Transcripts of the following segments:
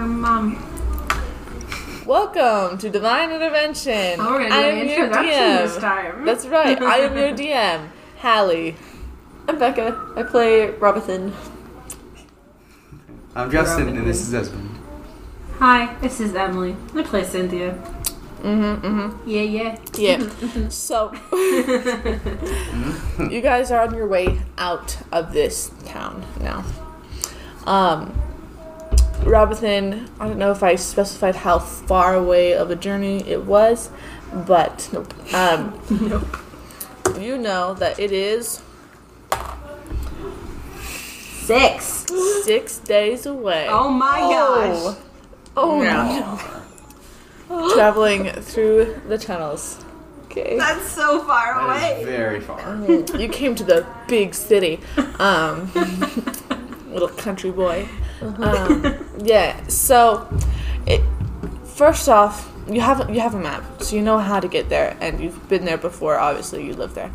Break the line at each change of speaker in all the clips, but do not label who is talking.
Mommy.
Welcome to Divine Intervention.
Already
I
an
am your
introduction this
DM.
time.
That's right. I am your DM, Hallie.
I'm Becca. I play Robinson.
I'm Justin, and this is Desmond.
Hi, this is Emily. I play Cynthia.
Mm-hmm. Mm-hmm.
Yeah, yeah.
Yeah. so you guys are on your way out of this town now. Um, Robinson, I don't know if I specified how far away of a journey it was, but um, you know that it is
Six.
six days away.
Oh my
Oh.
gosh.
Oh no. Traveling through the tunnels.
Okay.
That's so far
That is
away.
very far.
You came to the big city. Um, little country boy. Um, yeah, so it first off, you have you have a map, so you know how to get there and you've been there before, obviously you live there.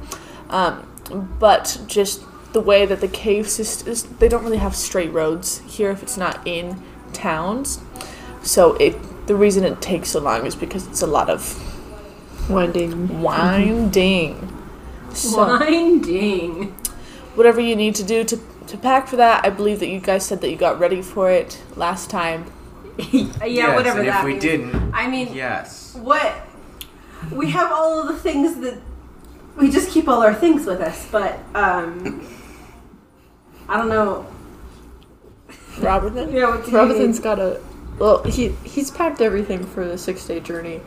Um, but just the way that the cave system is, they don't really have straight roads here if it's not in towns. So it the reason it takes so long is because it's a lot of
Winding.
winding. So
Blinding.
whatever you need to do to to pack for that, I believe that you guys said that you got ready for it last time.
yeah,
yes,
whatever
And
that
if we
means.
didn't,
I mean,
yes.
what? We have all of the things that we just keep all our things with us, but um, I don't know.
Robinson.
Yeah, what do you
Robinson's
mean?
got a. Well, he he's packed everything for the six day journey,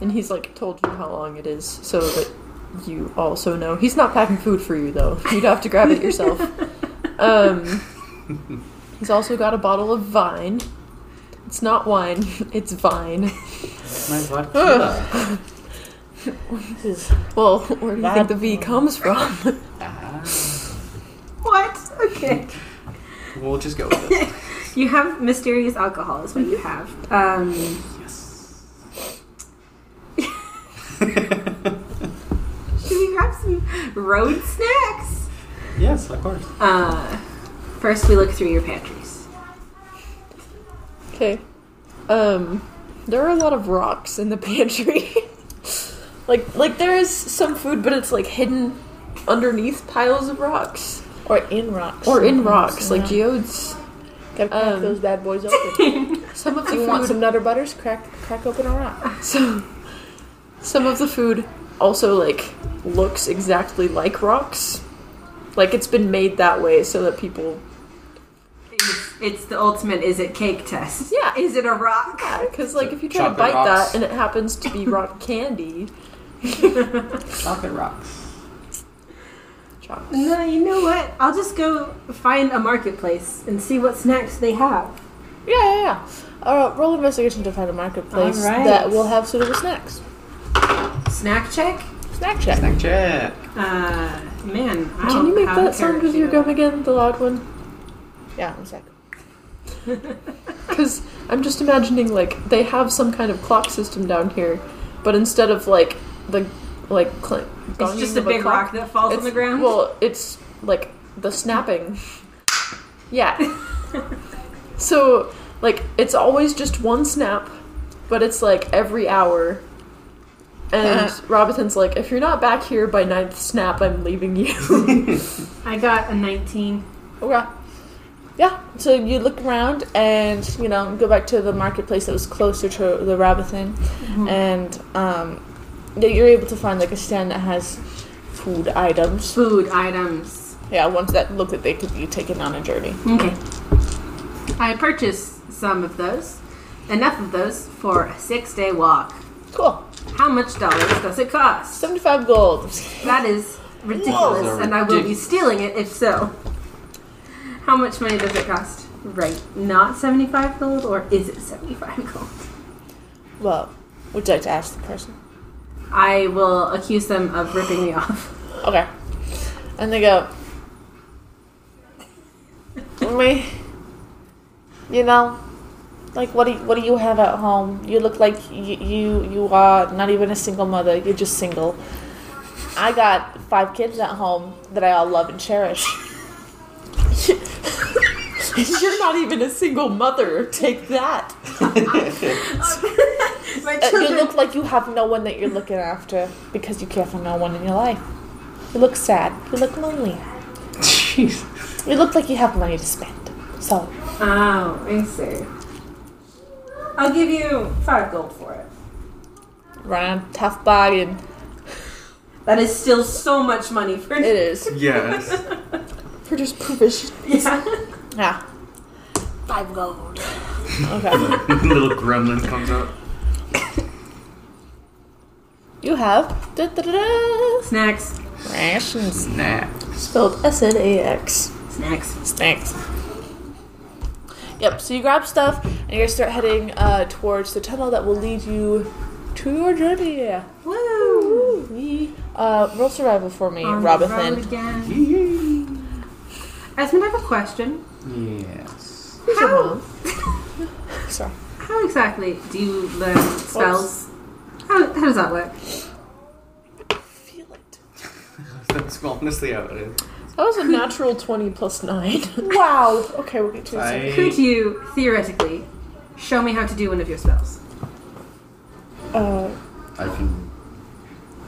and he's like told you how long it is, so that you also know. He's not packing food for you though. You'd have to grab it yourself. um, he's also got a bottle of vine. It's not wine. It's vine.
My vodka.
Well, where do you
Bad
think the V comes from?
ah,
What? Okay.
we'll just go with it.
You have mysterious alcohol, is what you have. Um,
Yes.
should we grab some road snacks?
yes, of course.
Uh, first, we look through your pantries.
Okay. Um, there are a lot of rocks in the pantry. like, like there is some food, but it's like hidden underneath piles of rocks
Or in rocks.
or in rocks, like
you
geodes.
gotta crack
um,
those bad boys open.
Some of the
you
food,
want some Nutter Butters? Crack, crack open a
Ah.
rock.
some, some of the food also like looks exactly like rocks. Like it's been made that way so that people,
It's, it's the ultimate is it cake test.
yeah,
Is it a rock?
because like if you try to
Chocolate
bite
rocks.
that and it happens to be rock candy,
Chocolate rocks.
chocolate.
No, you know what? I'll just go find a marketplace and see what snacks they have.
Yeah, yeah, yeah. Uh, roll investigation to find a marketplace
All right.
that will have suitable snacks.
Snack check?
Snack check.
Snack check.
Uh, man, I
Can
don't
you make
have
that sound
character
with your
for
gum again, the loud one?
Yeah, one sec.
Because I'm just imagining like they have some kind of clock system down here, but instead of like the like cl-
that. It's just a big rock that falls on the ground.
Well, it's like the snapping. Yeah. so like it's always just one snap, but it's like every hour. And
Uh-huh.
Robinson's like, if you're not back here by ninth snap, I'm leaving you.
I got a 19.
Okay. Yeah, so you look around and, you know, go back to the marketplace that was closer to the Rabathin.
Mm-hmm.
And um, that you're able to find, like, a stand that has food items.
Food items.
Yeah, ones that look that they could be taken on a journey.
Okay. I purchased some of those. Enough of those for a six day walk.
Cool.
How much dollars does it cost?
75 gold.
That is ridiculous,
Those are
and I will be
ridiculous.
stealing it if so. How much money does it cost? Right, not 75 gold, or is it 75 gold?
Well, would you like to ask the person?
I will accuse them of ripping me off.
Okay. And they go, me, you know, like what do you, what do you have at home? You look like you, you you are not even a single mother. You're just single. I got five kids at home that I all love and cherish.
You're not even a single mother. Take that.
My
Uh, you
children.
look like you have no one that you're looking after because you care for no one in your life. You look sad. You look lonely.
Jeez.
You look like you have money to spend. So,
oh, I see. I'll give you five gold for it.
run a tough bargain.
That is still so much money for
It is.
Yes.
For just provision.
Yeah.
Yeah.
Five gold.
Ah, Okay.
Little gremlin comes out.
you have da-da-da-da,
Snacks.
rations,
Nah.
Spelled S N A X.
Snacks.
snacks. Yep. So you grab stuff and you guys start heading uh, towards the tunnel that will lead you to your journey.
Woo!
Uh, roll survival for me,
On the road
Robothan.
again. Esmond, I have a question.
Yes.
How,
Sorry.
how exactly do you learn spells? How, how does that work?
Feel it.
That's honestly how it is.
That was a natural 20 plus 9.
Wow. Okay, we'll get to this.
Could
I,
you theoretically show me how to do one of your spells?
Uh,
I can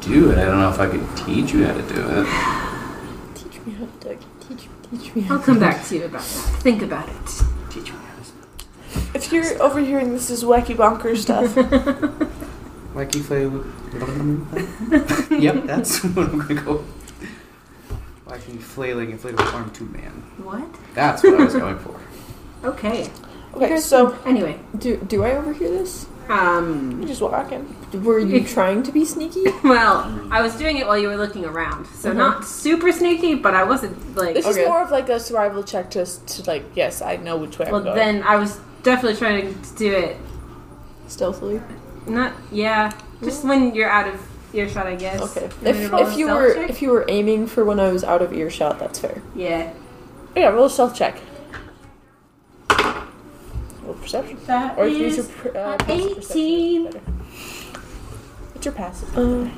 do it. I don't know if I could teach you how to do it.
teach me how to duck. Teach, teach me how
I'll come back to you about that. Think about it.
Teach me how to spell.
if you're overhearing this is wacky bonker stuff.
Like you play Yep, that's what I'm gonna go. Like you flailing inflatable arm two man.
What?
That's what I was going for.
Okay.
Okay, so
Anyway,
Do, do I overhear this?
you
um,
just walk in.
Were you
You-
trying to be sneaky?
well, I was doing it while you were looking around, so not super sneaky, but I wasn't like.
This
Okay.
is more of like a survival check just to like, yes, I know which way I'm
Well,
going.
then I was definitely trying to do it.
Stealthily.
Not yeah, just when you're out of earshot, I guess.
Okay.
You want me to
If,
roll
if
a
you
stealth
were
check?
if you were aiming for when I was out of earshot, that's fair.
yeah,
yeah, roll a stealth check. Roll perception.
that
Or use your
is-
per- uh, passive perception.
18.
It's better. What's your passive?
Oh,
Um,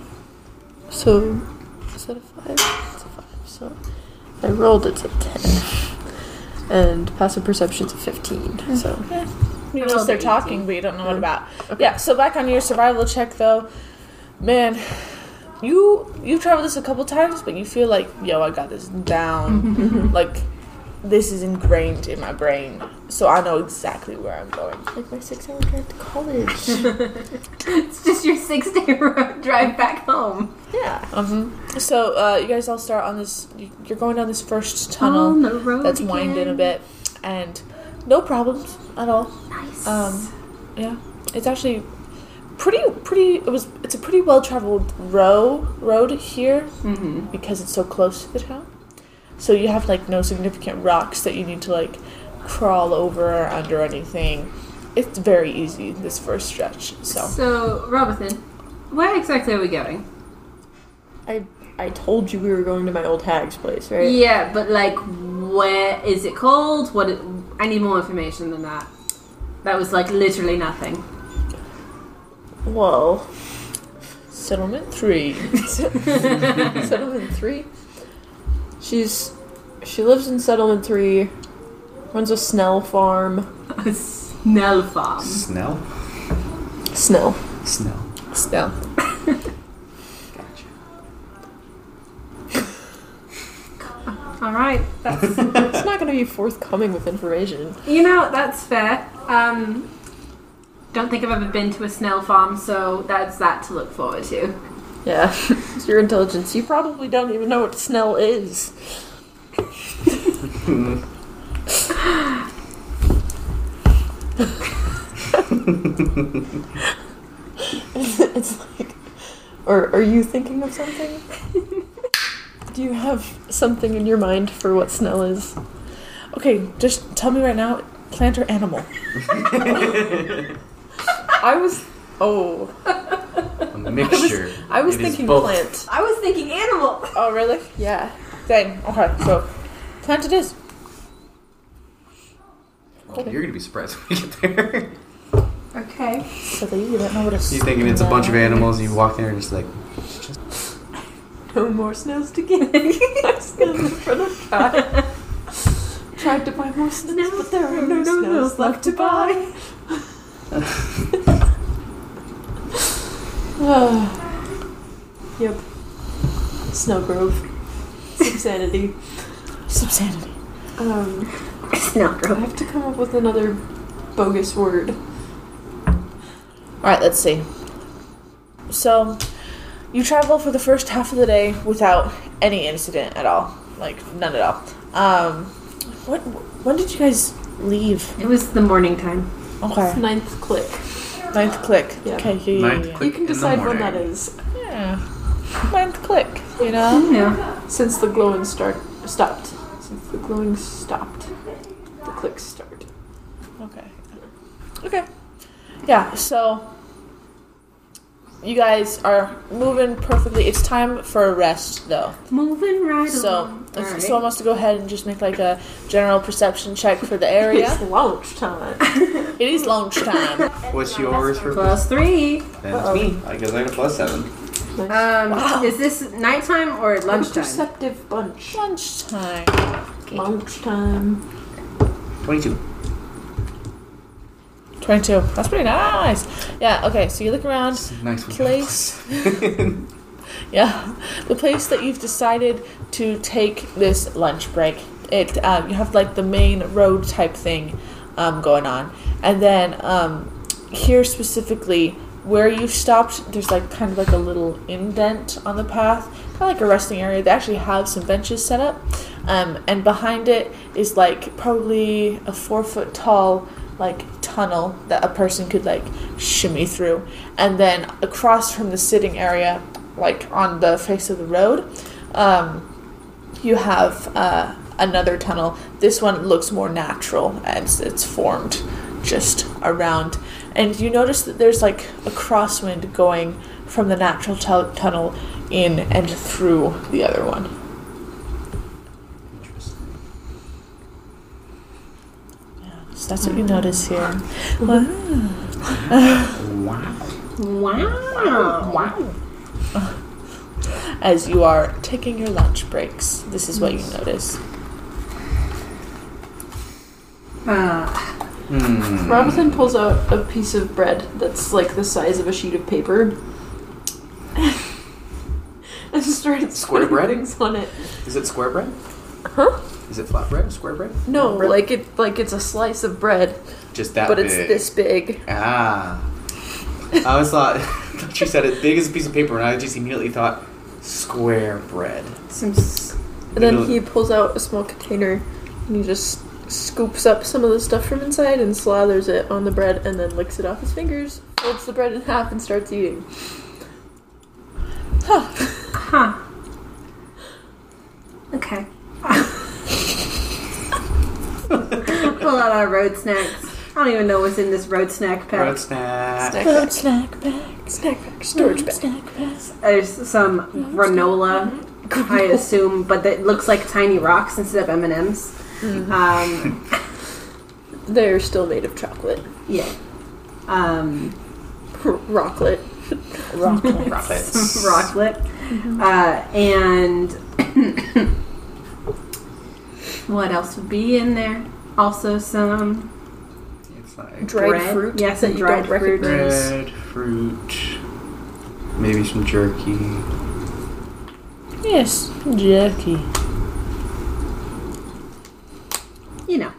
so is that a five? It's a five. So I rolled. It's a ten. And passive perception's a fifteen. So
You
I
notice
rolled
they're
an
talking,
18.
but you don't know
Oh.
what about. Yeah. So back on your survival check, though, man, you you've traveled this a couple times, but you feel like, yo, I got this down. like, this is ingrained in my brain, so I know exactly where I'm going.
like my six-hour drive to college.
it's just your six-day road drive back home.
Yeah. So uh, you guys all start on this. you- You're going down this first tunnel
On the road
that's winding a
again.
bit, and no problems at all.
Nice.
Um, yeah, it's actually pretty pretty. It was it's a pretty well traveled row road here
hmm
because it's so close to the town. So you have like no significant rocks that you need to like crawl over or under anything. It's very easy this first stretch. So
So, Robinson, where exactly are we going?
I I told you we were going to my old hag's place, right?
Yeah, but like, where is it called? What? It, I need more information than that. That was like literally nothing.
Well,
settlement three.
settlement three. She's she lives in settlement three. Runs a Snell farm.
A Snell farm.
Snell?
Snell.
Um, Snell.
Still,
Gotcha.
All right, that's
It's not going to be forthcoming with information.
You know, that's fair. Um, don't think I've ever been to a snail farm, so that's that to look forward to.
Yeah, it's your intelligence. You probably don't even know what Snell is. it's like, or are you thinking of something? Do you have something in your mind for what Snell is?
okay, just tell me right now, plant or animal?
I was. Oh,
A mixture.
I was
It is
thinking
both.
plant.
I was thinking animal.
Oh really?
Yeah.
Same. Okay, so plant it is.
Well, you're gonna be surprised when you get there.
Okay.
So that you don't know what a
You're thinking it's a bunch of animals, and you walk there and it's like,
No more snails to get. Snails in front of God. tried to buy more snows,
No,
but there are
no,
no,
no,
snows left to buy. yep. Snow Grove. Insanity.
Subsanity.
Um,
Snow
I
Grove.
have to come up with another bogus word.
Alright, let's see. So, you travel for the first half of the day without any incident at all. Like, none at all. Um, what, when did you guys leave?
It was the morning time.
Okay.
Ninth click.
Ninth click.
Yeah.
Okay, yeah, yeah,
Ninth
yeah,
Click
you can
in the
decide when that
morning.
is.
yeah. Ninth click, you
Oh.
know?
Yeah.
Since the glowing start stopped. Since the glowing stopped. The clicks start.
Okay. Okay. Yeah, so you guys are moving perfectly. It's time for a rest though.
Moving right
So
along.
if
Alright.
someone wants to go ahead and just make like a general perception check for the
It's
area.
launch time.
it is lunch time.
What's yours for
Plus three.
Then it's me. I guess I got a plus seven.
Nice.
Um, Is this nighttime or lunchtime?
Perceptive bunch.
Lunch time.
Launch time.
Twenty-two.
Twenty-two. That's pretty nice. Yeah. Okay. So you look
Um,
around.
Nice one.
Place. Yeah, the place that you've decided to take this lunch break. It um, you have like the main road type thing um, going on, and then um, here specifically where you stopped, there's like kind of like a little indent on the path, kind of like a resting area. They actually have some benches set up, um, and behind it is like probably a four foot tall like tunnel that a person could like shimmy through, and then across from the sitting area like on the face of the road, um, you have uh, another tunnel. This one looks more natural as it's formed just around. And you notice that there's like a crosswind going from the natural tu- tunnel in and through the other one. So that's what you notice here.
Wow.
Wow.
Wow. As you are taking your lunch breaks, this is what you notice.
Uh,
Hmm.
Robinson pulls out a piece of bread that's like the size of a sheet of paper. and starts
Square
putting
bread?
things on it.
Is it square bread?
Huh?
Is it flat bread? Square bread?
No,
Bread?
like it like it's a slice of bread,
Just that
but
big.
it's this big.
Ah. I always thought she said it big as a piece of paper, and I just immediately thought square bread.
some. s-
And then
Little-
he pulls out a small container and he just scoops up some of the stuff from inside and slathers it on the bread and then licks it off his fingers, folds the bread in half and starts eating.
Huh. Okay. Pull out our road snacks. I don't even know what's in this road snack pack.
Road snack.
Snack
Food
pack.
snack bags.
Snack pack. Storage bag.
Snack bags.
There's some granola, I assume, but that looks like tiny rocks instead of M and M's. Um,
They're still made of chocolate.
yeah. Um,
Rocklet.
Rockland.
Rockets.
rocklet, uh, and what else would be in there? Also some
It's like
dried
bread.
fruit
Yes,
that
and
you
dried
don't
fruit.
recognize.
bread, fruit, maybe some jerky.
Yes, jerky.
you know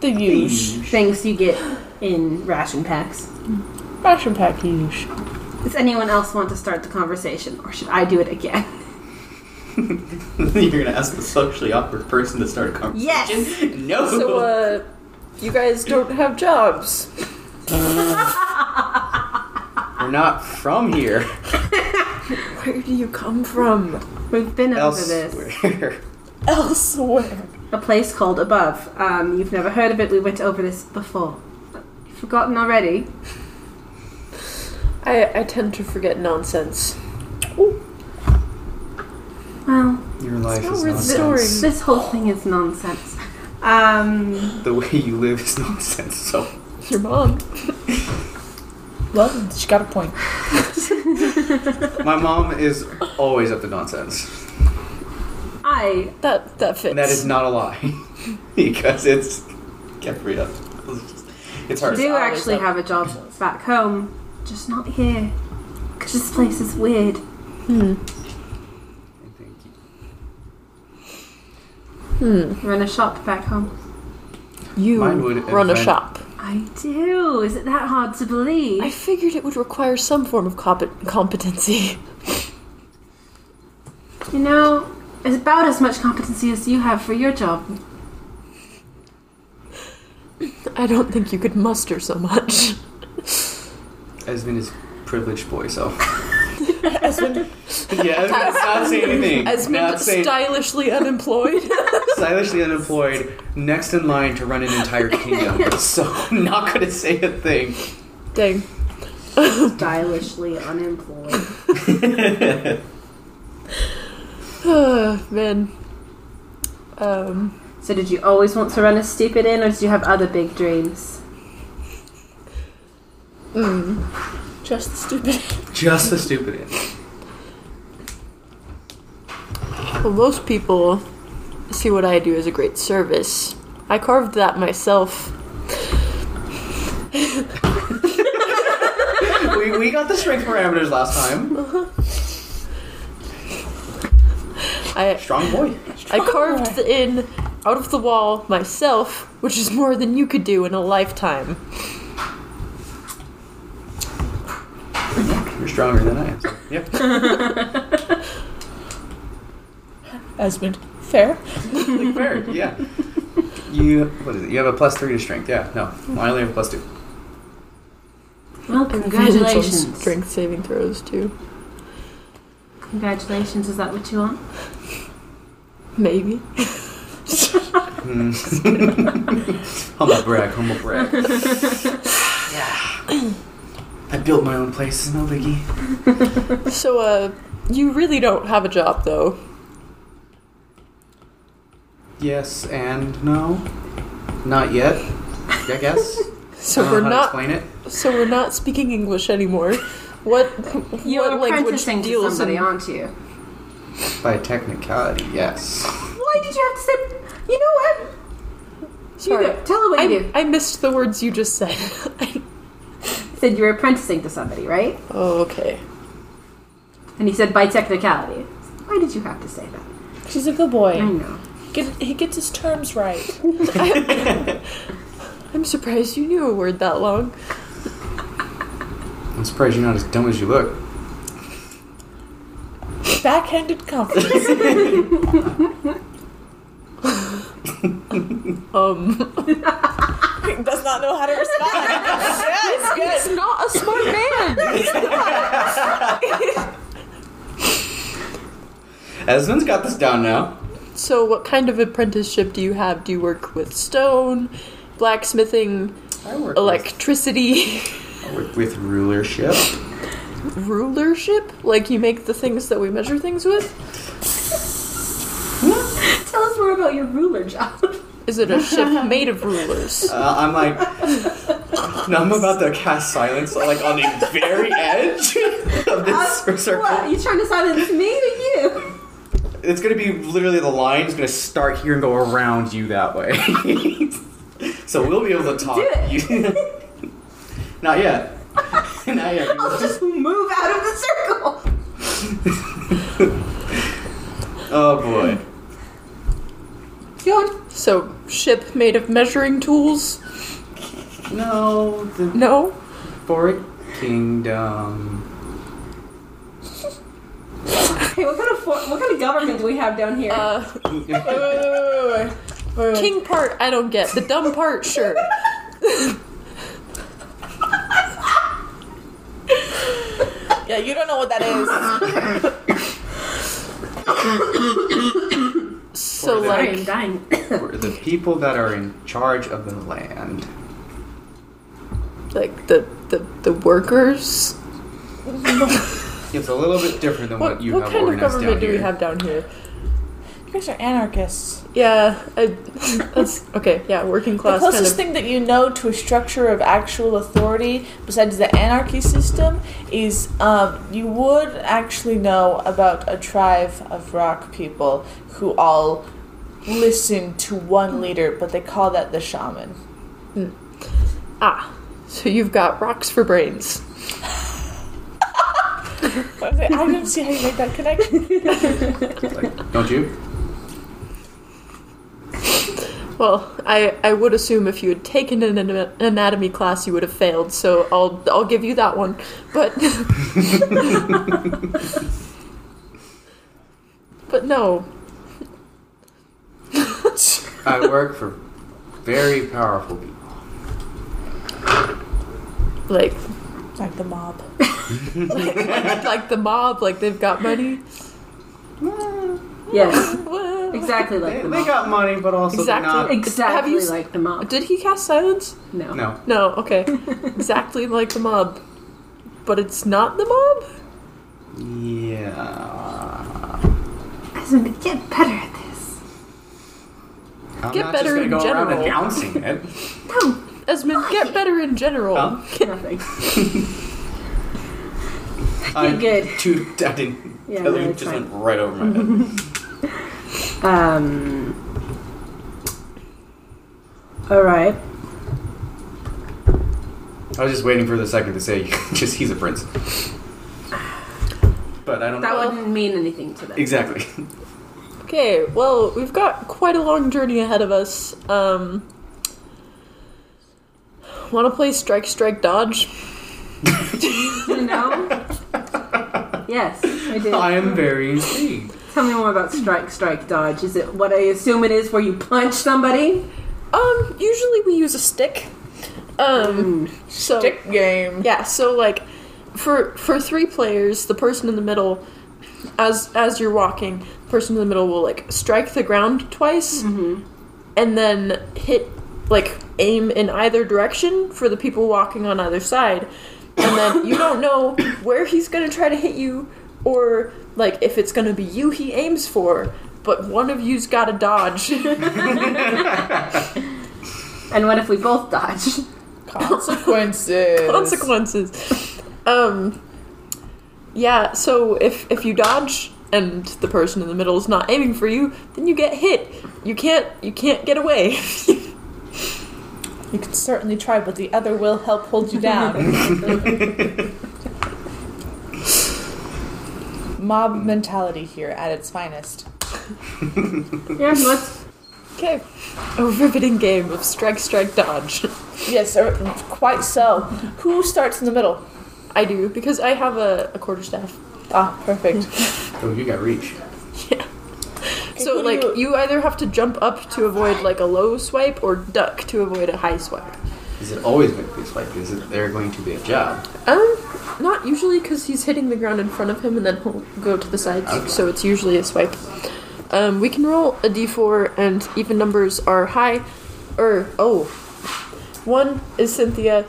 The use.
things you get in ration packs.
Ration pack use.
Does anyone else want to start the conversation, or should I do it again?
You're gonna ask the socially awkward person to start a conversation.
Yes.
No.
So, uh, you guys don't have jobs.
We're not from here.
Where do you come from?
We've been over this.
Elsewhere.
Elsewhere.
A place called Above. Um, you've never heard of it. We went over this before. You've forgotten already.
I, I tend to forget nonsense.
Well,
Your life
not
is
worth
nonsense.
storing.
this whole thing is nonsense. Um,
The way you live is nonsense. So
Your mom.
Well, she got a point.
my mom is always up to nonsense.
I
That that fits.
And that is not a lie. because it's kept free up. It's
I
hard.
do
always
actually
up.
have a job back home, just not here. Because this place is weird.
Hmm.
Thank you.
Hmm.
Run a shop back home.
You
Mine would
run a
invent-
shop.
I do. Is it that hard to believe?
I figured it would require some form of comp- competency.
You know, it's about as much competency as you have for your job.
I don't think you could muster so much.
Esmond is privileged boy, so
Esmond,
yeah, Esmond's not saying anything.
Esmond
not saying
stylishly unemployed.
stylishly unemployed, next in line to run an entire kingdom. so not gonna say a thing.
Dang.
Stylishly unemployed.
man. Um,
So, did you always want to run a stupid inn, or did you have other big dreams?
mm,
just stupid.
Just the stupid end.
well, most people see what I do as a great service. I carved that myself.
we, we got the strength parameters last time.
I
Strong boy.
I carved the inn out of the wall myself, which is more than you could do in a lifetime.
You're stronger than I am. so, Yep.
Esmond, fair.
Like fair, yeah. You what is it? You have a plus three to strength, yeah. No. I only have a plus two.
Well,
Advantage on
congratulations.
Strength saving throws too.
Congratulations, is that what you want?
Maybe.
Hmm. humble brag, humble brag. yeah. I built my own place, it's no biggie.
So, uh, you really don't have a job though.
Yes and no. Not yet, I guess.
So
I don't
we're
know how
not.
to explain it.
So we're not speaking English anymore. What?
You're
what language
apprenticing
deals
to somebody,
in-
aren't you?
By technicality, yes.
Why did you have to say? You know what?
Sorry.
You go. Tell her what you
I,
do.
I missed the words you just said.
Said you were apprenticing to somebody, right?
oh, okay.
And he said by technicality. Why did you have to say that?
She's a good
I
Mm.
boy.
know.
Get, he gets his terms right.
I'm surprised you knew a word that long.
I'm surprised you're not as dumb as you look.
Backhanded confidence.
Um,
Does not know how to respond.
he's not a smart man.
Esmond's got this down now.
so, what kind of apprenticeship do you have? Do you work with stone, blacksmithing,
I work,
electricity,
with, I work with rulership.
rulership? Like you make the things that we measure things with?
Tell us more about your ruler job.
Is it a ship made of rulers?
Uh, I'm like, now I'm about to cast silence, like on the very edge of this circle.
Uh, What? Are you trying to silence me or you?
It's gonna be literally the line's gonna start here and go around you that way. so we'll be able to talk.
Do it.
You- Not yet. Not yet.
I'll just move out of the circle.
Oh boy.
Yeah. So, ship made of measuring tools?
No, the
No?
Boric Kingdom.
Hey, what kind of for- what kind of government do we have down here?
Uh,
Wait, wait, wait, wait, wait, wait.
king part, I don't get. The dumb part, sure.
Yeah, you don't know what that is.
So,
I am
like,
dying.
We're the people that are in charge of the land.
like the, the, the workers?
It's a little bit different than what,
What,
you
what
have
kind of
organized
government
down
do we
here.
have down here?
You guys are anarchists.
Yeah, I, that's okay. Yeah, working
The
class kind
closest
of.
thing that you know to a structure of actual authority, besides the anarchy system, is um, you would actually know about a tribe of rock people who all listen to one leader, but they call that the shaman.
Ah, so you've got rocks for brains.
I was like, I didn't see how you made that connection.
Like, don't you?
Well, I, I would assume if you had taken an ana- anatomy class, you would have failed. So I'll I'll give you that one. But but no,
I work for very powerful people.
like
Like the mob.
like the mob, like they've got money.
Yes,
Well,
exactly like
They,
the
they
mop.
got money, but also they're
Exactly.
not.
Exactly
Have you s-
like the mop.
Did he cast silence?
No.
No,
No. Okay. exactly like the mob, but it's not the mob.
yeah.
As in, get better at this.
I'm
Get
not
better
just gonna
in
go around
general.
announcing it.
No,
Esmond, get better in general.
Huh?
nothing.
I,
Oh, good.
Too, I didn't.
Yeah,
Yeah,
no, it's
just
fine.
went right over my head.
Um. All right.
I was just waiting for the second to say, just he's a prince. But I don't
That
know.
wouldn't mean anything to them.
Exactly.
Okay, well, we've got quite a long journey ahead of us. Um, Want to play Strike, Strike, Dodge?
no. Yes, I do.
I am very intrigued.
Tell me more about strike, strike, dodge. Is it what I assume it is, where you punch somebody?
Um, usually we use a stick. Um, so
Dick game.
yeah, so like for for three players, the person in the middle, as as you're walking, the person in the middle will like strike the ground twice, and then hit like aim in either direction for the people walking on either side and then you don't know where he's going to try to hit you or like if it's going to be you he aims for but one of you's got to dodge
And what if we both dodge?
Consequences.
consequences um yeah so if if you dodge and the person in the middle is not aiming for you then you get hit you can't you can't get away
You can certainly try, but the other will help hold you down. mob mentality here at its finest.
Yeah, let's.
okay a riveting game of strike strike dodge
Yes, er, quite so. Who starts in the middle?
i do because i have a, a quarter staff
Ah, perfect.
Oh, you got reach.
So
who do
like
you-
you... either have to jump up to avoid like a low swipe or duck to avoid a high swipe.
Is it always going to be like this? Is it there going to be a job?
Um, not usually because he's hitting the ground in front of him and then he'll go to the sides.
Okay.
So it's usually a swipe. Um, we can roll a d4 and even numbers are high, or oh, one is Cynthia,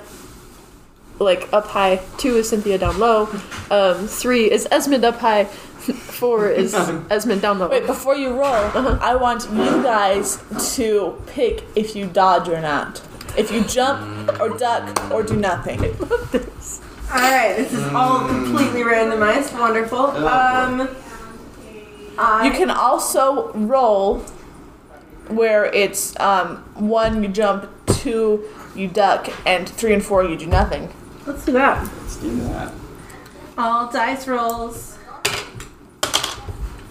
like up high. Two is Cynthia down low. Um, three is Esmond up high. Four is Esmond down low.
Wait, before you roll,
Uh-huh.
I want you guys to pick if you dodge or not. If you jump or duck or do nothing.
All right, this is all completely randomized. Wonderful. Um, I
You can also roll where it's um, one, you jump, two, you duck, and three and four, you do nothing.
let's do that.
Let's do that.
All dice rolls.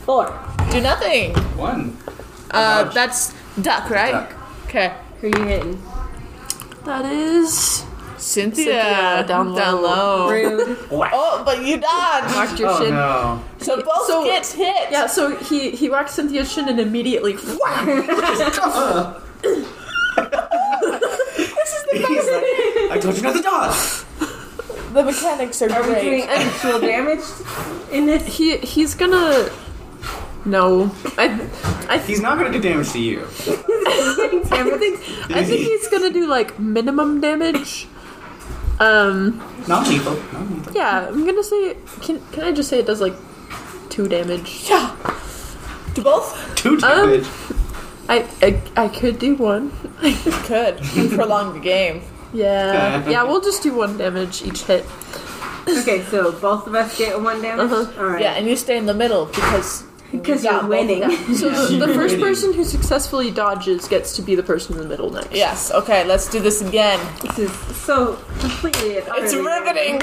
Four.
Do nothing!
One. Oh
Uh,
Dodge.
that's duck, right?
Duck.
Okay.
Who are you hitting?
That is
Cynthia,
Cynthia, down low.
Rude.
Oh, but you dodged!
knocked your
oh,
shin.
no.
So both
So-
get hit!
Yeah, so he he whacked Cynthia's shin and immediately
He's like, I told you not to dodge.
The mechanics are,
Are we
great.
doing actual damage in this?
he he's gonna. No, I I
He's not going to do damage to you.
I think I think he's gonna do like minimum damage. Um,
Not lethal. Not lethal.
yeah, I'm gonna say. Can can I just say it does like two damage?
Yeah. Do both?
Two
Um,
damage.
I I, I could do one.
Could. Prolong the game.
Yeah, yeah, we'll just do one damage each hit.
Okay, so both of us get one damage.
Uh-huh.
All right.
Yeah, and you stay in the middle because
Because
Yeah,
you're
both
winning.
of them.
So the, the first
Really?
person who successfully dodges gets to be the person in the middle next.
Yes. Okay. Let's do this again.
this is so completely. and
It's
utterly
riveting.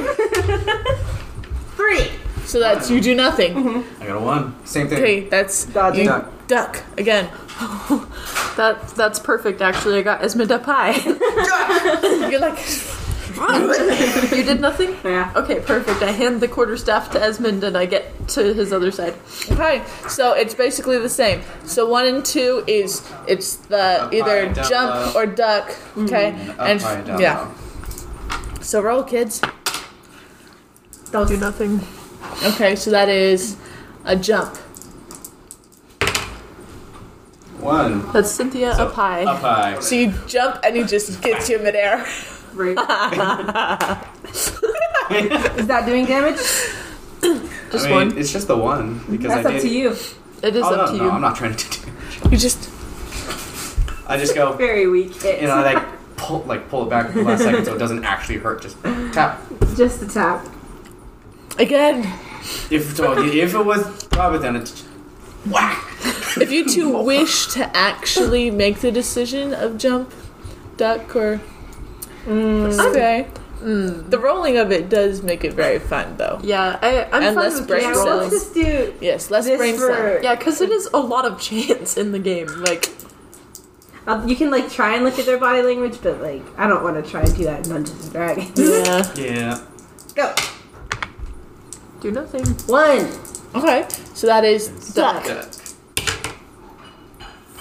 Three.
So that's you do nothing.
I got a one. Same thing.
Okay. That's
Dodge.
you
Duck.
duck again.
That that's perfect. Actually, I got Esmeralda pie.
You're like
you did nothing.
Yeah.
Okay, perfect. I hand the quarterstaff to Esmond and I get to his other side.
okay. So it's basically the same. So one and two is it's the
Up
either
high, down
jump
low. Mm-hmm.
or duck. Okay.
Up
and
high, down
yeah. So roll, kids.
I'll do nothing.
Okay. So that is a jump.
low. One.
That's Cynthia
So,
Uh,
uh,
up high.
Up high.
So you jump and he just gets you midair.
Rude. is that doing damage?
Just
I mean,
one.
It's just the one because
That's
I did.
up to you.
It is
Oh, no,
up to
no,
you.
I'm not trying to do.
You just
I just go.
Very weak. It's
You know, like pull like pull it back at the last second so it doesn't actually hurt. Just tap.
just a tap.
again.
If so, if it was Robert, then it's whack.
If you two wish to actually make the decision of jump, duck, or Mm. okay, the rolling of it does make it very fun, though.
Yeah, I, I'm
And
fine
less
with
brain
Yeah,
just
well,
cells.
let's
rolling.
just do
Yes, less
this
brain cell.
for.
Yeah, because it is a lot of chance in the game. Like,
I'll- Um, you can like try and look at their body language, but like I don't want to try and do that in Dungeons and Dragons.
yeah,
Yeah.
Go
do nothing.
one.
Okay, so that is duck.
Duck.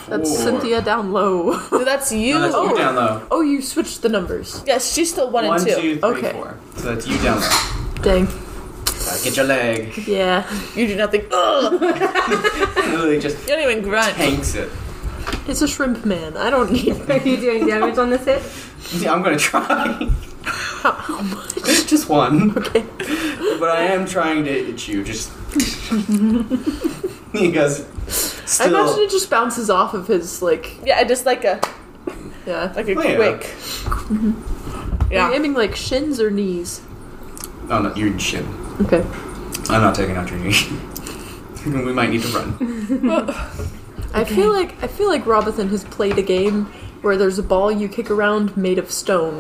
That's
Four.
Cynthia down low.
So that's you.
No, that's
Oh.
you down low.
oh, you switched the numbers.
Yes, she's still one,
One,
and two.
two, three,
Okay.
four. So that's you down low.
Dang.
Gotta Get your leg.
Yeah.
You do nothing. Ugh,
Literally just
you don't even grunt.
tanks it.
It's a shrimp man. I don't need
Are you doing damage on this hit?
Yeah, I'm gonna try.
how, how much.
just one.
Okay.
But I am trying to hit you. Just. you guys.
I
Still.
imagine it just bounces off of his like
Yeah, I just like a
yeah.
like a
Oh, yeah.
quick.
Are you
Yeah.
aiming like shins or knees?
oh no, you're shit.
Okay.
I'm not taking out your knee. we might need to run.
I feel like I feel like Robinson has played a game where there's a ball you kick around made of stone.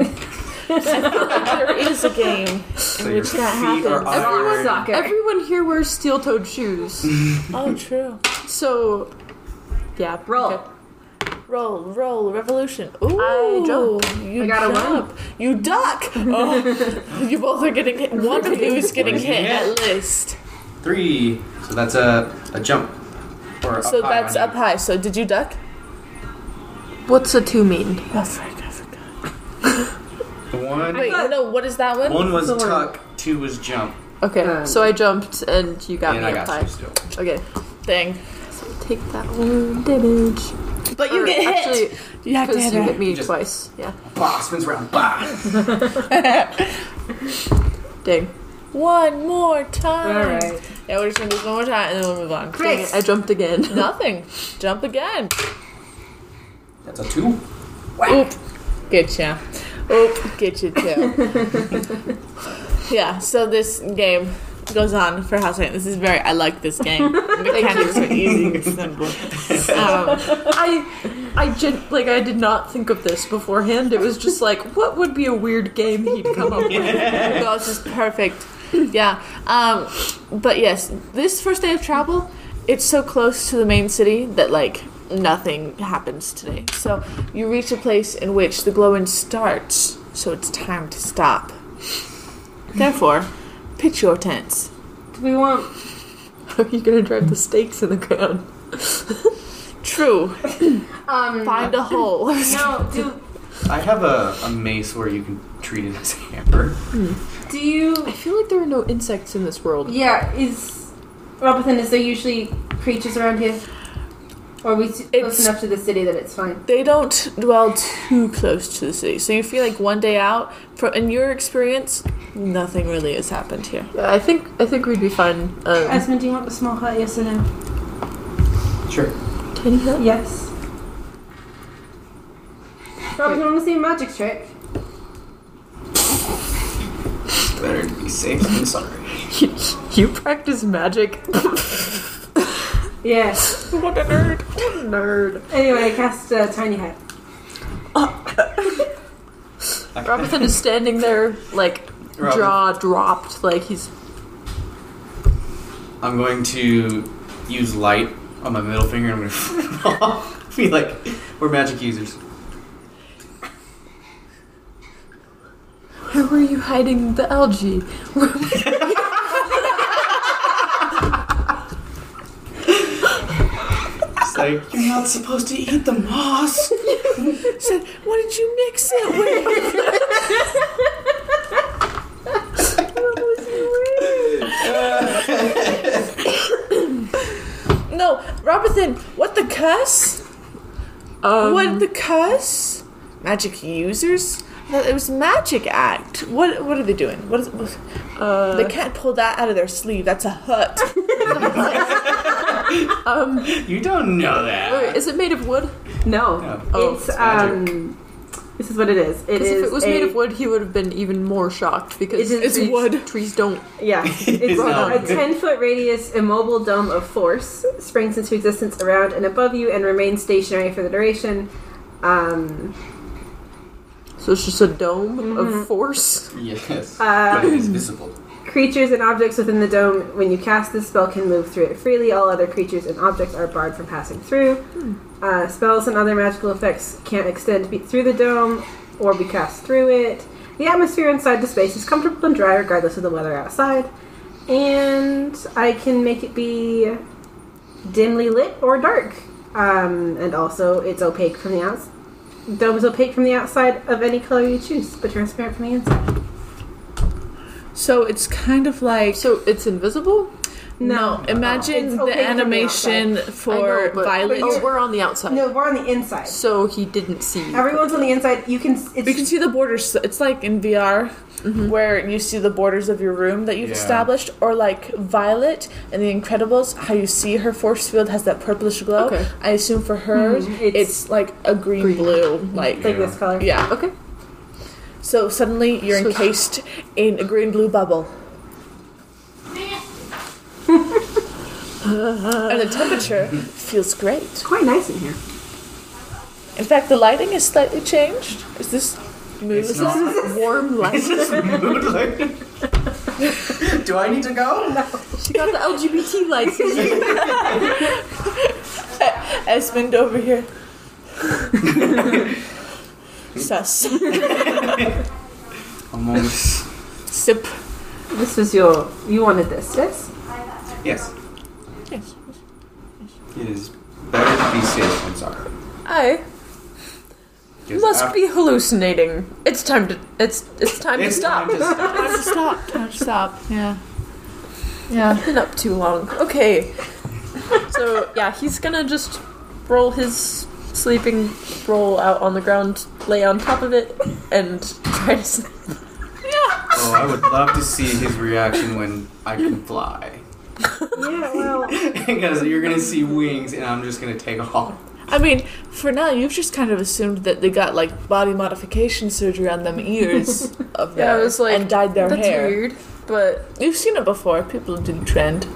there is a game.
So
which that happens.
Everyone
iron.
soccer.
Everyone here wears steel-toed shoes,
Oh, true.
so yeah.
Roll.
okay.
Roll, roll, revolution. Ooh,
I jump.
You
I got a
jump. You duck. Oh, you both are getting hit. One of you is getting hit
Yeah.
at least.
Three. So that's a, a jump. Or
So
high,
that's
right?
up high. So did you duck?
What's a two mean?
Oh, frick, I forgot.
One.
Wait,
thought-
no. What is that one?
One was
Sword.
tuck. Two was jump.
Okay,
Um,
so I jumped and you got
and
me
I
up
got
high.
you still.
Okay,
thing.
so take that one damage.
But you
Or
get hit.
actually,
you have to
Because
hit
you
her.
hit me
Just-
twice. Yeah.
Bah, spins around. Bah.
Dang.
One more time.
All right.
Yeah, we're just gonna do this one more time and then we'll move on.
Dang
Chris.
it, I jumped again.
Nothing. Jump again.
That's a two.
Oop, get ya. Oop, get you too. yeah. So this game goes on for how long? This is very. I like this game. Mechanics are easy and simple. Um,
I, I gen- like I did not think of this beforehand. It was just like, what would be a weird game he'd come up with?
no, it's just perfect. Yeah. Um, but yes, this first day of travel, it's so close to the main city that like nothing happens today. So you reach a place in which the glowing starts, so it's time to stop. Therefore, pitch your tents.
Do we want?
How are you gonna drive the stakes in the ground?
True.
Um,
Find a hole.
no. Do
I have a, a mace where you can treat it as a hammer.
do you?
I feel like there are no insects in this world.
Yeah. Is Robinson? Is there usually creatures around here? Or are we s- close
It's-
enough to the city that it's fine?
they don't dwell too close to the city, so you feel like one day out. From in your experience, nothing really has happened here.
Yeah, I think I think we'd be fine.
Uh,
Um,
Esmond, do you want a small hut? Yes or no?
Sure.
tiny hut.
Yes. Robinson, want to see a magic trick?
Better be safe than sorry.
You practice magic.
Yeah.
What a nerd.
Nerd.
Anyway, cast uh, Tiny Hat.
Okay.
Robinson is standing there, like,
Robin.
jaw dropped, like he's.
I'm going to use light on my middle finger. and I'm going to be like, we're magic users.
Where were you hiding the algae?
It's like you're not supposed to eat the moss.
Said, what did you mix it with? No, Robinson, what the cuss?
Um,
what the cuss? Magic users? No, it was magic act. What what are they doing? What is what,
Uh,
they can't pull that out of their sleeve. That's a hut.
um,
you don't know that.
wait, is it made of wood?
No.
No.
Oh,
it's,
it's magic.
um. This is what it is. It
Because
is.
if it was
a-
made of wood, he would have been even more shocked because
It is-
trees,
It's wood.
trees don't.
Yeah. It's
not
a
good.
10 foot radius immobile dome of force springs into existence around and above you and remains stationary for the duration. Um,
So it's just a dome
Mm-hmm.
of force.
Yes.
Um,
Uh,
but it is visible.
creatures and objects within the dome, when you cast this spell, can move through it freely. All other creatures and objects are barred from passing through. Uh, spells and other magical effects can't extend be- through the dome or be cast through it. The atmosphere inside the space is comfortable and dry, regardless of the weather outside. And I can make it be dimly lit or dark. Um, and also, it's opaque from the outside. Dome is opaque from the outside of any color you choose, but transparent from the inside.
so it's kind of like
So it's invisible.
no,
It's
imagine the
opaque from the
animation
I
for
know, but-
Violet.
Oh, we're on the outside,
No, we're on the inside.
so he didn't see.
Everyone's on the inside. You can. It's,
you can see the borders. It's like in VR,
Mm-hmm.
where you see the borders of your room that you've
Yeah.
established, or like Violet in The Incredibles, how you see her force field has that purplish glow.
Okay. Hmm.
I assume for hers,
Mhm,
it's,
it's-
like a green,
Green. Mm-hmm.
blue, like
like this color.
yeah.
Okay.
So suddenly you're
So-
encased in a green blue bubble, and the temperature feels great.
It's quite nice in here.
In fact, the lighting is slightly changed. Is this
It's
moonless?
not.
Warm light.
Is this mood light? Do I need to go?
she got the LGBT lights.
Esmond over here. Sus.
I'm almost.
Sip.
This was your. You wanted this, yes?
Yes.
Yes.
It is better to be safe than sorry.
I
'Cause
must
after-
be hallucinating. It's time to. It's it's time
It's
to stop.
time to stop.
Time to stop. Time to stop. Yeah.
I've been up too long. Okay. so yeah, he's gonna just roll his sleeping roll out on the ground, lay on top of it, and try to. Sleep.
Oh, I would love to see his reaction when I can fly.
Yeah. Well.
Because you're gonna see wings, and I'm just gonna take off.
I mean, for now, you've just kind of assumed that they got like body modification surgery on them ears of
Yeah, I
theirs
was like,
and dyed their
That's
hair.
weird, but
You've seen it before. People do trend.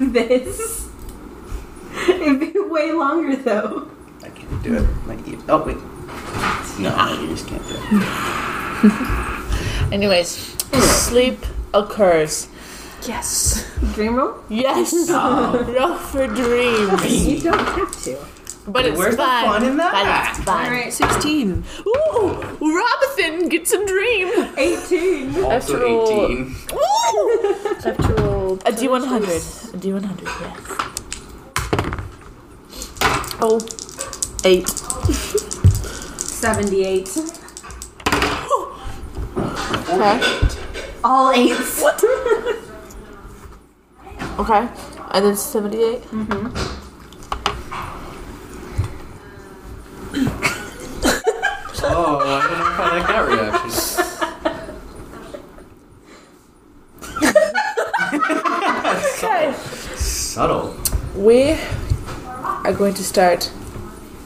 this. It'd be way longer though.
I can't do it. My ear. Oh wait. No, I just can't do it.
Anyways,
Hmm.
sleep occurs.
yes.
Dream roll.
Yes.
Oh.
Roll for dreams.
You don't have to.
But it's
Where's the
fun.
fun in that?
But it's fun.
All right.
Sixteen.
Ooh, Robinson gets a dream.
Eighteen.
Also
After all-
18.
Actual.
A D one hundred. A D one hundred. Yes.
Oh. Eight.
Seventy-eight.
Okay.
All eights. What?
Okay. And then seventy eight.
Oh, I don't know if I like that reaction.
Okay.
Subtle.
We are going to start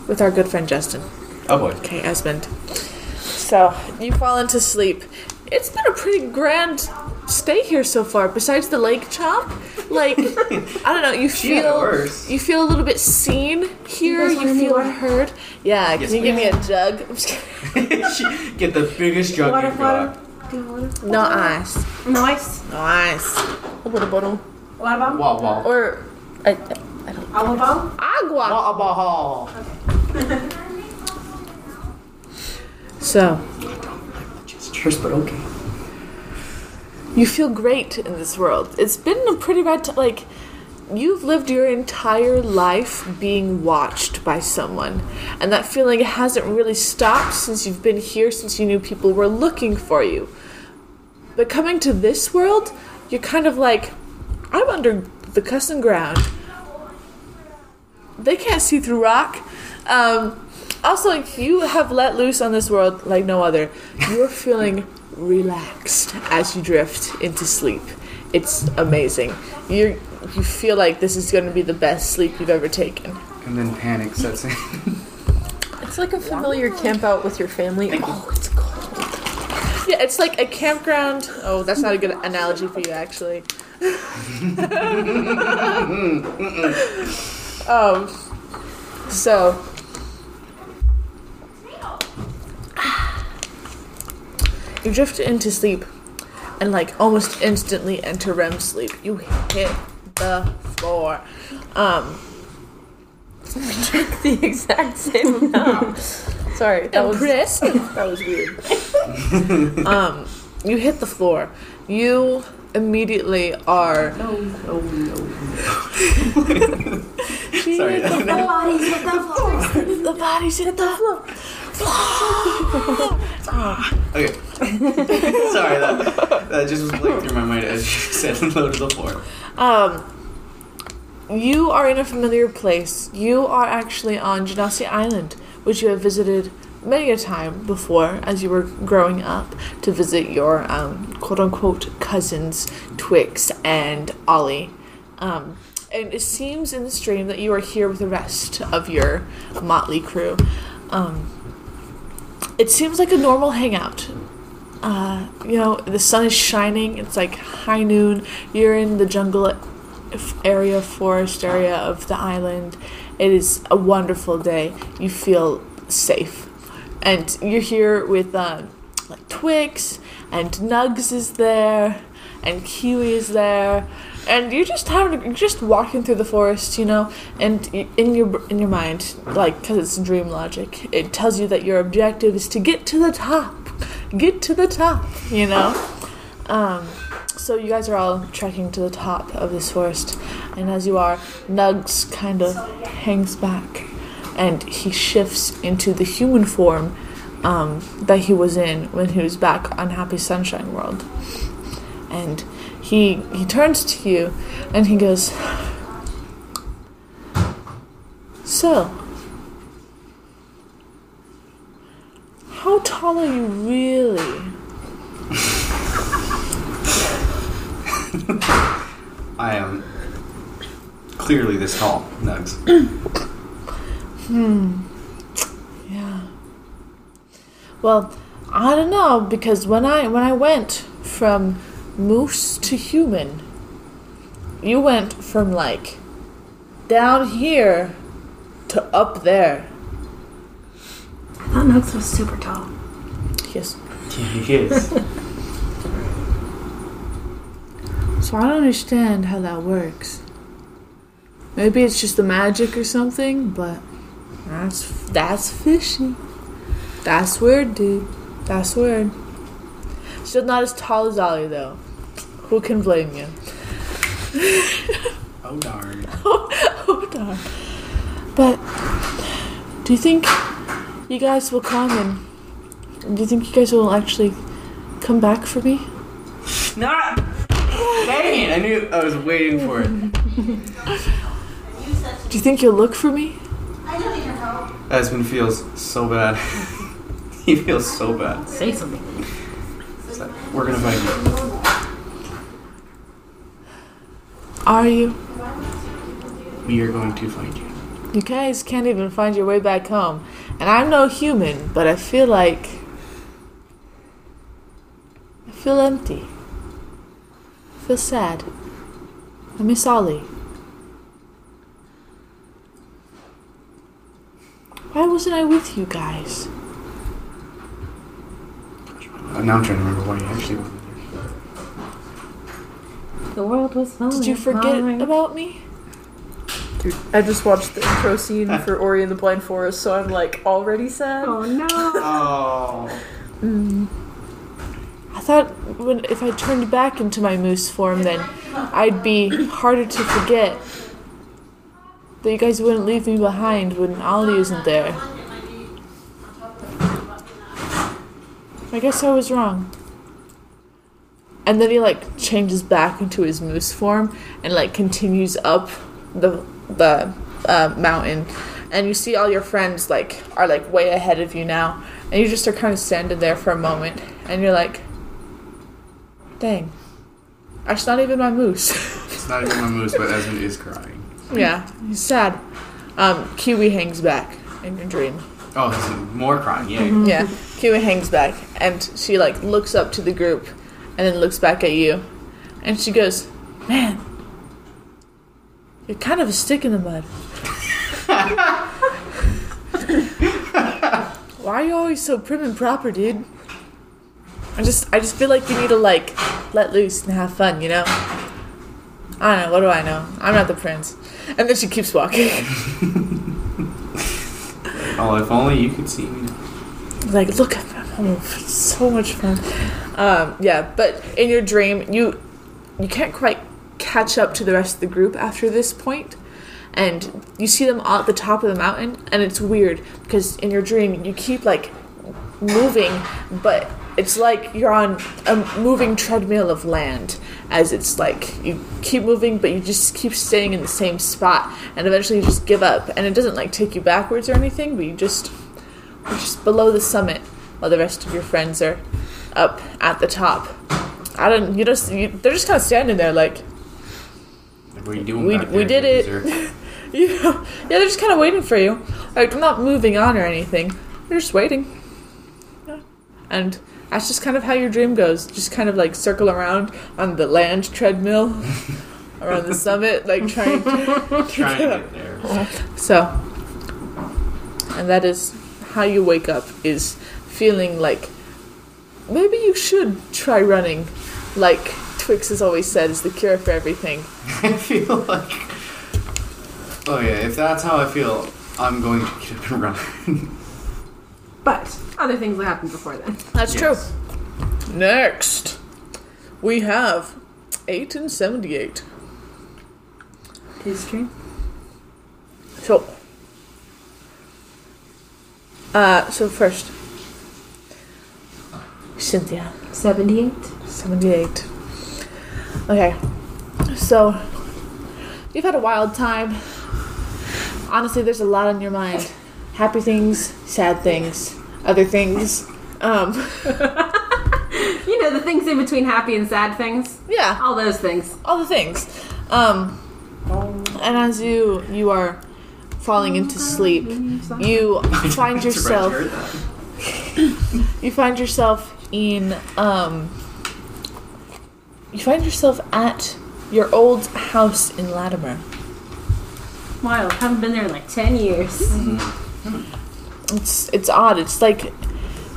with our good friend Justin.
Oh boy.
Okay, Esmond. So you fall into sleep. It's been a pretty grand stay here so far besides the leg chop? Like, I don't know. You
She had it
feel
worse.
you feel a little bit seen here.
guys
You,
want any
feel
water?
heard. Yeah.
Yes,
can you give me
ma'am.
a jug? I'm just kidding.
She- Get the biggest jug
Water,
you've
water.
got.
Do you want water?
No ice.
No ice.
No ice. A little bottle.
Water bomb?
Wah wah.
Or a, I don't
Agua bomb?
agua.
Wah bah hall.
So
Cheers, but okay.
you feel great in this world. It's been a pretty bad t- like you've lived your entire life being watched by someone and that feeling hasn't really stopped since you've been here since you knew people were looking for you. But coming to this world, you're kind of like I'm under the cussing ground. They can't see through rock. Um, also, you have let loose on this world like no other. You're feeling relaxed as you drift into sleep. It's amazing. You you feel like this is going to be the best sleep you've ever taken.
And then panic sets in.
It's like a familiar camp out with your family. Oh, it's cold.
Yeah, it's like a campground. Oh, that's not a good analogy for you, actually. um, so. You drift into sleep and, like, almost instantly enter REM sleep. You hit the floor. Um,
The exact same amount. Sorry, that was
impressed. that was weird. um, you hit the floor. You immediately are. No,
Oh,
no, no. she
Sorry.
hit the
The bodies hit the floor.
the body's hit the floor. Oh.
Okay. Sorry, that, that just was playing through my mind as you said low to the floor.
Um, you are in a familiar place. You are actually on Genasi Island, which you have visited many a time before as you were growing up to visit your um, quote unquote cousins, Twix and Ollie. Um, and it seems in this dream that you are here with the rest of your motley crew. Um, it seems like a normal hangout uh, you know, the sun is shining. It's like high noon. You're in the jungle f- area, forest area of the island. It is a wonderful day. You feel safe, and you're here with um, like Twix and Nugs is there, and Kiwi is there, and you're just having you're just walking through the forest, you know, and y- in your in your mind, like because it's dream logic, it tells you that your objective is to get to the top get to the top, you know? Um, so you guys are all trekking to the top of this forest, and as you are, Nugs kind of hangs back and he shifts into the human form um, that he was in when he was back on Happy Sunshine World. And he he turns to you and he goes So How tall are you really?
I am clearly this tall, Nugs.
Hmm. Yeah. Well, I don't know because when I when I went from moose to human, you went from like down here to up there.
I thought Nugs was super tall.
Yes.
He is.
So I don't understand how that works. Maybe it's just the magic or something, but that's that's fishy. That's weird, dude. That's weird. Still not as tall as Ollie though. Who can blame you?
Oh darn.
oh darn. But do you think you guys will come and do you think you guys will actually come back for me?
Not. Dang it! I knew I was waiting for it.
Do you think you'll look for me?
Esmond feels so bad. he feels so bad.
Say something.
He's like, We're gonna find you.
Are you?
We are going to find you.
You guys can't even find your way back home. And I'm no human, but I feel like. I feel empty. feel sad. I miss Ollie. Why wasn't I with you guys?
Uh, now I'm trying to remember why you actually went there.
The world was falling.
Did you forget about me?
I just watched the intro scene for Ori and the Blind Forest, so I'm like already sad.
Oh no.
Oh.
I thought when if I turned back into my moose form, then I'd be harder to forget. That you guys wouldn't leave me behind when Ollie isn't there. I guess I was wrong. And then he like changes back into his moose form and like continues up the the uh, mountain, and you see all your friends like are like way ahead of you now, and you just are kind of standing there for a moment, and you're like, dang, that's not even my moose.
It's not even my moose, but Esmond is crying.
yeah, he's sad. Um, Kiwi hangs back in your dream.
Oh, he's more crying. Yeah.
Yeah, Kiwi hangs back, and she like looks up to the group, and then looks back at you, and she goes, "Man, you're kind of a stick in the mud. Why are you always so prim and proper, dude? I just, I just feel like you need to like let loose and have fun, you know." I don't know. What do I know? I'm not the prince. And then she keeps walking. Mm-hmm.
Oh, if only you could see me.
like look at them oh, it's so much fun um, yeah but in your dream you you can't quite catch up to the rest of the group after this point and you see them all at the top of the mountain and it's weird because in your dream you keep like moving but it's like you're on a moving treadmill of land as it's like you keep moving but you just keep staying in the same spot and eventually you just give up and it doesn't like take you backwards or anything but you just you're just below the summit while the rest of your friends are up at the top. I don't. You just. You, they're just kind of standing there, like
Like, what are you doing?
We-
back
we
there,
did
loser?
you know. Yeah, they're just kind of waiting for you. Like they're not moving on or anything. They're just waiting. Yeah. And that's just kind of how your dream goes. Just kind of like circle around on the land treadmill around the summit, like trying.
Trying to get there.
So, and that is how you wake up is feeling like maybe you should try running, like Twix has always said is the cure for everything.
I feel like. Oh yeah, if that's how I feel, I'm going to get up and run.
But other things that happened before then.
That's
Yes.
true. Next, we have eight and seventy-eight.
Is true.
So, uh, so first, Cynthia.
78.
78. Okay. So, you've had a wild time. Honestly, there's a lot on your mind. Happy things, sad things, other things. Um,
You know, the things in between happy and sad things.
yeah,
All those things.
all the things. Um, and as you you are falling into sleep, you find
I'm surprised you
yourself
heard that.
you find yourself in um you find yourself at your old house in Latimer.
Wild. Haven't been there in like 10 years.
It's it's odd. It's like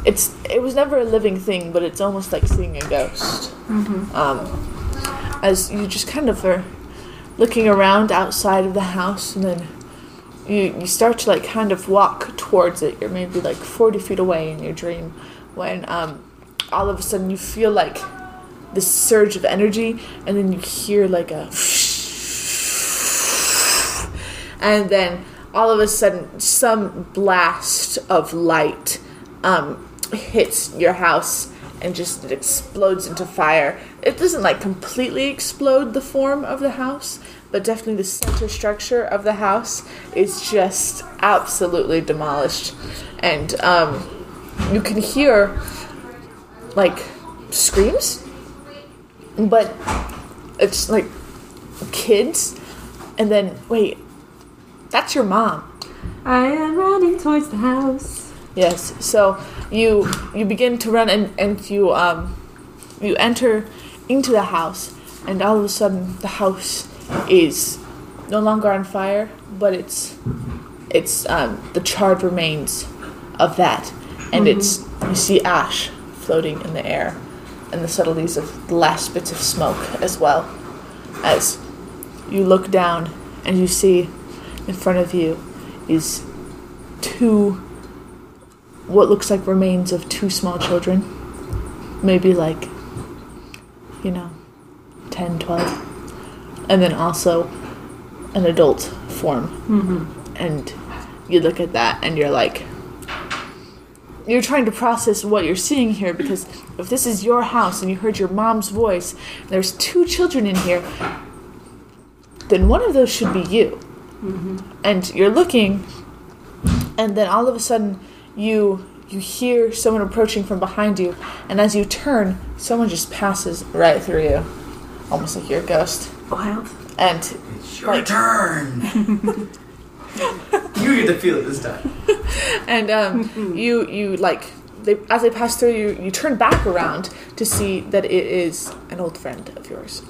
it's it was never a living thing, but it's almost like seeing a ghost. Um, as you just kind of are looking around outside of the house, and then you you start to like kind of walk towards it. You're maybe like forty feet away in your dream, when um, all of a sudden you feel like this surge of energy, and then you hear like a. and then all of a sudden some blast of light um, hits your house and just it explodes into fire it doesn't like completely explode the form of the house but definitely the center structure of the house is just absolutely demolished and um, you can hear like screams but it's like kids and then wait that's your mom.
I am running towards the house.
Yes. So you you begin to run and, and you um you enter into the house and all of a sudden the house is no longer on fire, but it's it's um, the charred remains of that, and it's you see ash floating in the air, and the subtleties of the last bits of smoke as well, as you look down and you see in front of you is two what looks like remains of two small children maybe like you know 10 12 and then also an adult form
Mm-hmm.
and you look at that and you're like you're trying to process what you're seeing here because if this is your house and you heard your mom's voice and there's two children in here then one of those should be you and you're looking and then all of a sudden you you hear someone approaching from behind you and as you turn someone just passes right through you almost like you're a ghost
Wild.
and
It's your turn. you get to feel it this time.
and um, you you like they as they pass through you you turn back around to see that it is an old friend of yours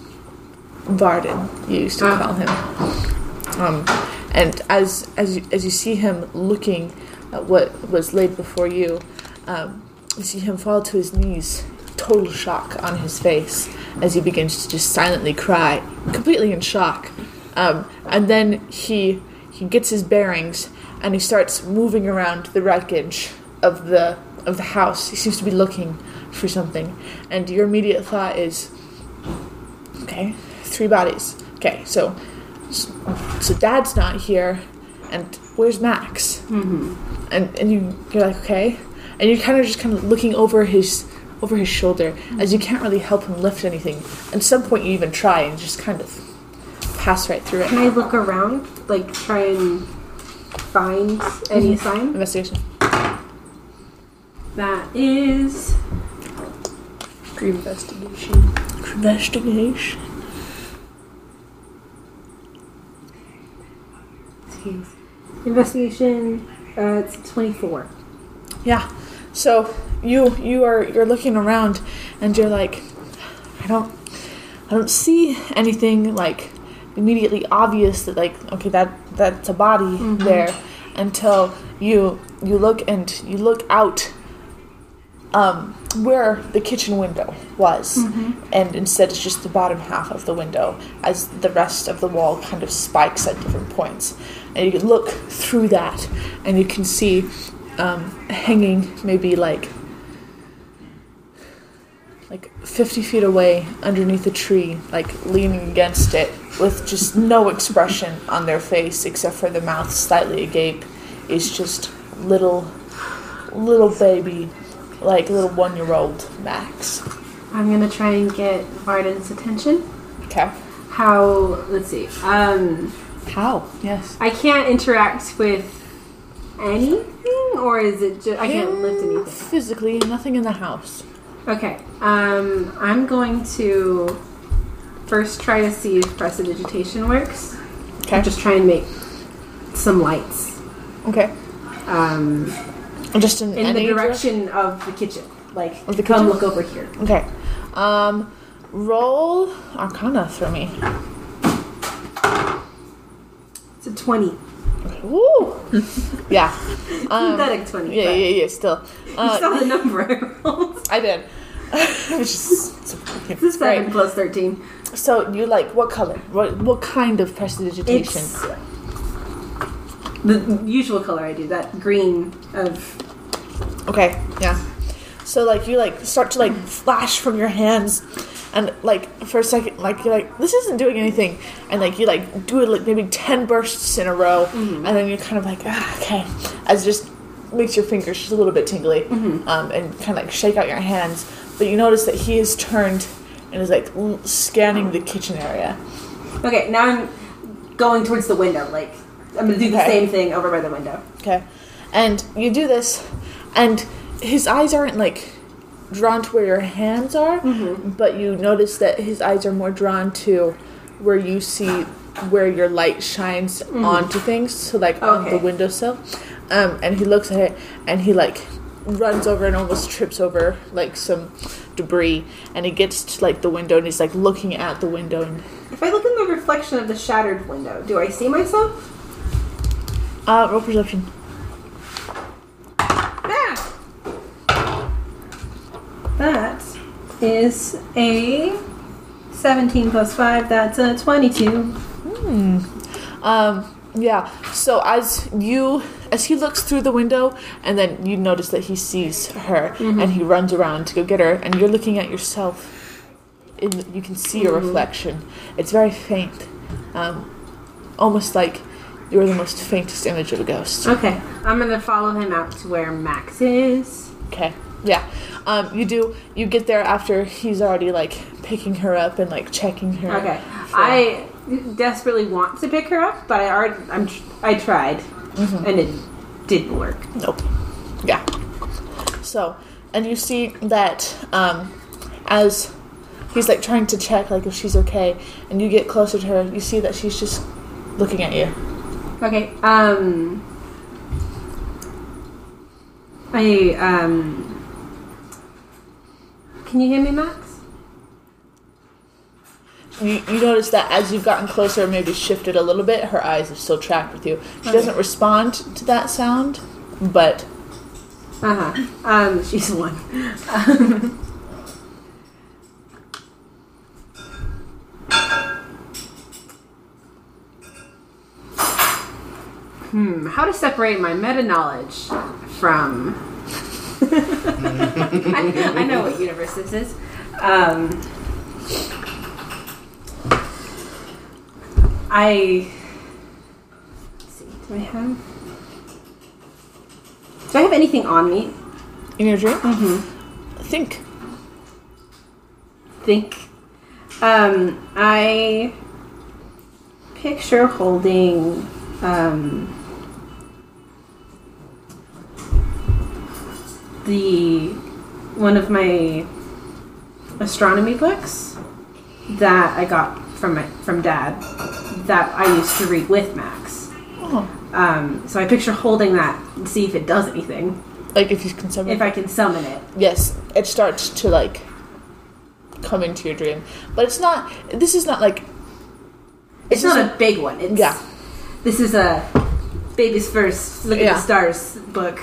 varden you used to
Ah.
call him um, and as as you, as you see him looking at what was laid before you um, you see him fall to his knees total shock on his face as he begins to just silently cry completely in shock um, and then he he gets his bearings and he starts moving around the wreckage of the of the house he seems to be looking for something and your immediate thought is okay three bodies okay so so dad's not here and where's max
Mm-hmm.
and and you you're like okay and you're kind of just kind of looking over his over his shoulder as you can't really help him lift anything at some point you even try and just kind of pass right through it
Can I look around? Like, try and find any sign?
investigation
That is.
Green investigation.
investigation
Jeez. Investigation, uh, it's 24.
yeah so you you are you're looking around and you're like i don't i don't see anything like immediately obvious that like okay that that's a body there until you you look and you look out um where the kitchen window was and instead it's just the bottom half of the window as the rest of the wall kind of spikes at different points and you can look through that and you can see um, hanging maybe like like 50 feet away underneath a tree like leaning against it with just no expression on their face except for the mouth slightly agape is just little little baby like little one year old max
I'm gonna try and get Varden's attention.
okay
How, let's see. Um,
how yes
I can't interact with anything, or is it just. I can't lift anything.
physically nothing in the house
Okay. Um, I'm going to first try to see if prestidigitation works.
okay
Just try and make some lights
okay
um,
just in,
in
any
the direction of the kitchen. Like,
Of the
come
kitchen?
look over here.
Okay. Um, roll Arcana for me.
It's a 20.
Ooh. yeah. Um,
Synthetic 20.
yeah,
but
yeah, yeah. Still,
You
uh,
saw the number I rolled.
I did. Which is it's
It's a 7
great.
plus 13.
So you like what color? What what kind of prestidigitation?
It's the usual color I do, that green of.
Okay, yeah. So like you like start to like flash from your hands, and like for a second like you're like this isn't doing anything, and like you like do it like maybe ten bursts in a row, and then you're kind of like ah, okay, as it just makes your fingers just a little bit tingly,
Mm-hmm.
um, and kind of like shake out your hands, but you notice that he has turned and is like l- scanning the kitchen area.
Okay, now I'm going towards the window. Like, I'm gonna do the
Okay.
same thing over by the window.
Okay. And you do this, and his eyes aren't like drawn to where your hands are, but you notice that his eyes are more drawn to where you see where your light shines onto things, so like on the
Okay.
windowsill. Um, and he looks at it, and he like runs over and almost trips over like some debris and he gets to like the window and he's like looking at the window and
If I look in the reflection of the shattered window, do I see myself?
uh roll perception.
Ah! That is a 17 plus 5, that's a 22.
Um, yeah. So as you as he looks through the window, and then you notice that he sees her, and he runs around to go get her, and you're looking at yourself. In, you can see your reflection. It's very faint, um, almost like you're the most faintest image of a ghost.
Okay, I'm gonna follow him out to where Max is.
Okay. Yeah. Um, you do. You get there after he's already like picking her up and like checking her.
Okay, I desperately want to pick her up, but I already, I'm, tr- I tried,
Mm-hmm.
and it didn't work.
Nope. Yeah. So, and you see that um, as he's like trying to check like if she's okay, and you get closer to her, you see that she's just looking at you.
Okay. Um. I um. Can you hear me, Max?
You, you notice that as you've gotten closer, maybe shifted a little bit, her eyes are still tracked with you. She
Okay.
doesn't respond to that sound, but
Uh huh. Um. She's one. Hmm. How to separate my meta knowledge from? I, I know what universe this is. Um, I let's see. Do I have? Do I have anything on me?
in your dream, mm-hmm. think.
Think. Um, I picture holding. Um, the one of my astronomy books that I got from my from dad that I used to read with Max.
Oh,
Um, so I picture holding that and see if it does anything.
like if you can summon.
If I can summon it.
yes, it starts to like come into your dream, but it's not. This is not like
It's, not a big one. It's,
Yeah.
This is a baby's first look at
Yeah.
the stars book.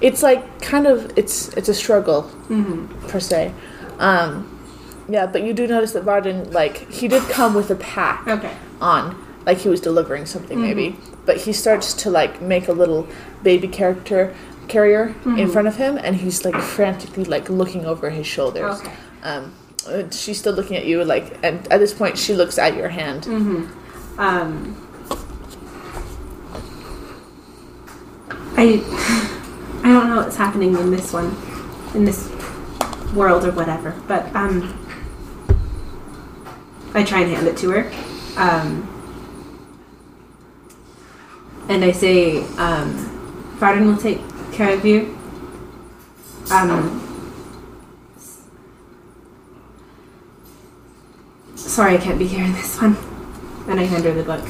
it's like kind of it's it's a struggle
Mm-hmm.
per se um yeah but you do notice that varden like he did come with a pack
Okay.
on like he was delivering something maybe but he starts to like make a little baby character carrier in front of him and he's like frantically like looking over his shoulders
Okay.
um uh, she's still looking at you like and at this point she looks at your hand
Um, I I don't know what's happening in this one, in this world or whatever. But um, I try and hand it to her, um, and I say, um, "Varden will take care of you." Um, s- sorry, I can't be here in this one. And I hand her the book.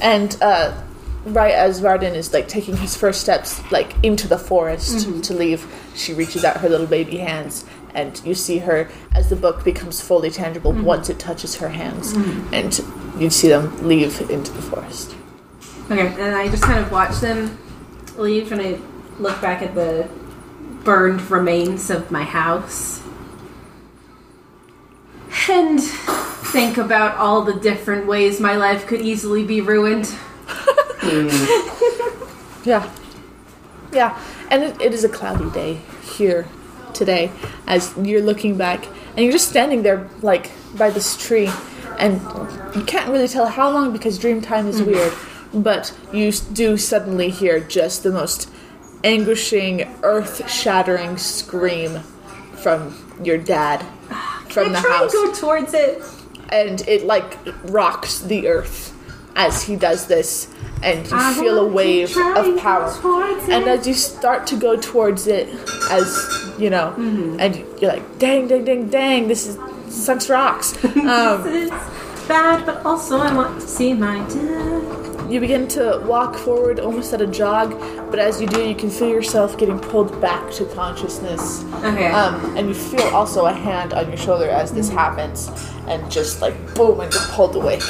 And uh, right as Varden is like taking his first steps like into the forest to leave, she reaches out her little baby hands, and you see her as the book becomes fully tangible once it touches her hands, and you see them leave into the forest.
Okay. And I just kind of watch them leave and I look back at the burned remains of my house. And think about all the different ways my life could easily be ruined.
Yeah, yeah. And it, it is a cloudy day here today as you're looking back and you're just standing there like by this tree and you can't really tell how long because dream
Mm-hmm.
time is weird but you s- do suddenly hear just the most anguishing earth-shattering scream from your dad from
I
the
try and
house
go towards it.
and it like rocks the earth as he does this and you
I
feel a
want to
wave
try and
of
go
power
towards
and
it.
as you start to go towards it as you know and you're like dang dang dang dang this is sucks rocks um,
This is bad, but also I want to see my dad.
You begin to walk forward almost at a jog, but as you do, you can feel yourself getting pulled back to consciousness.
Okay.
Um, and you feel also a hand on your shoulder as this happens, and just like boom, and you're pulled awake.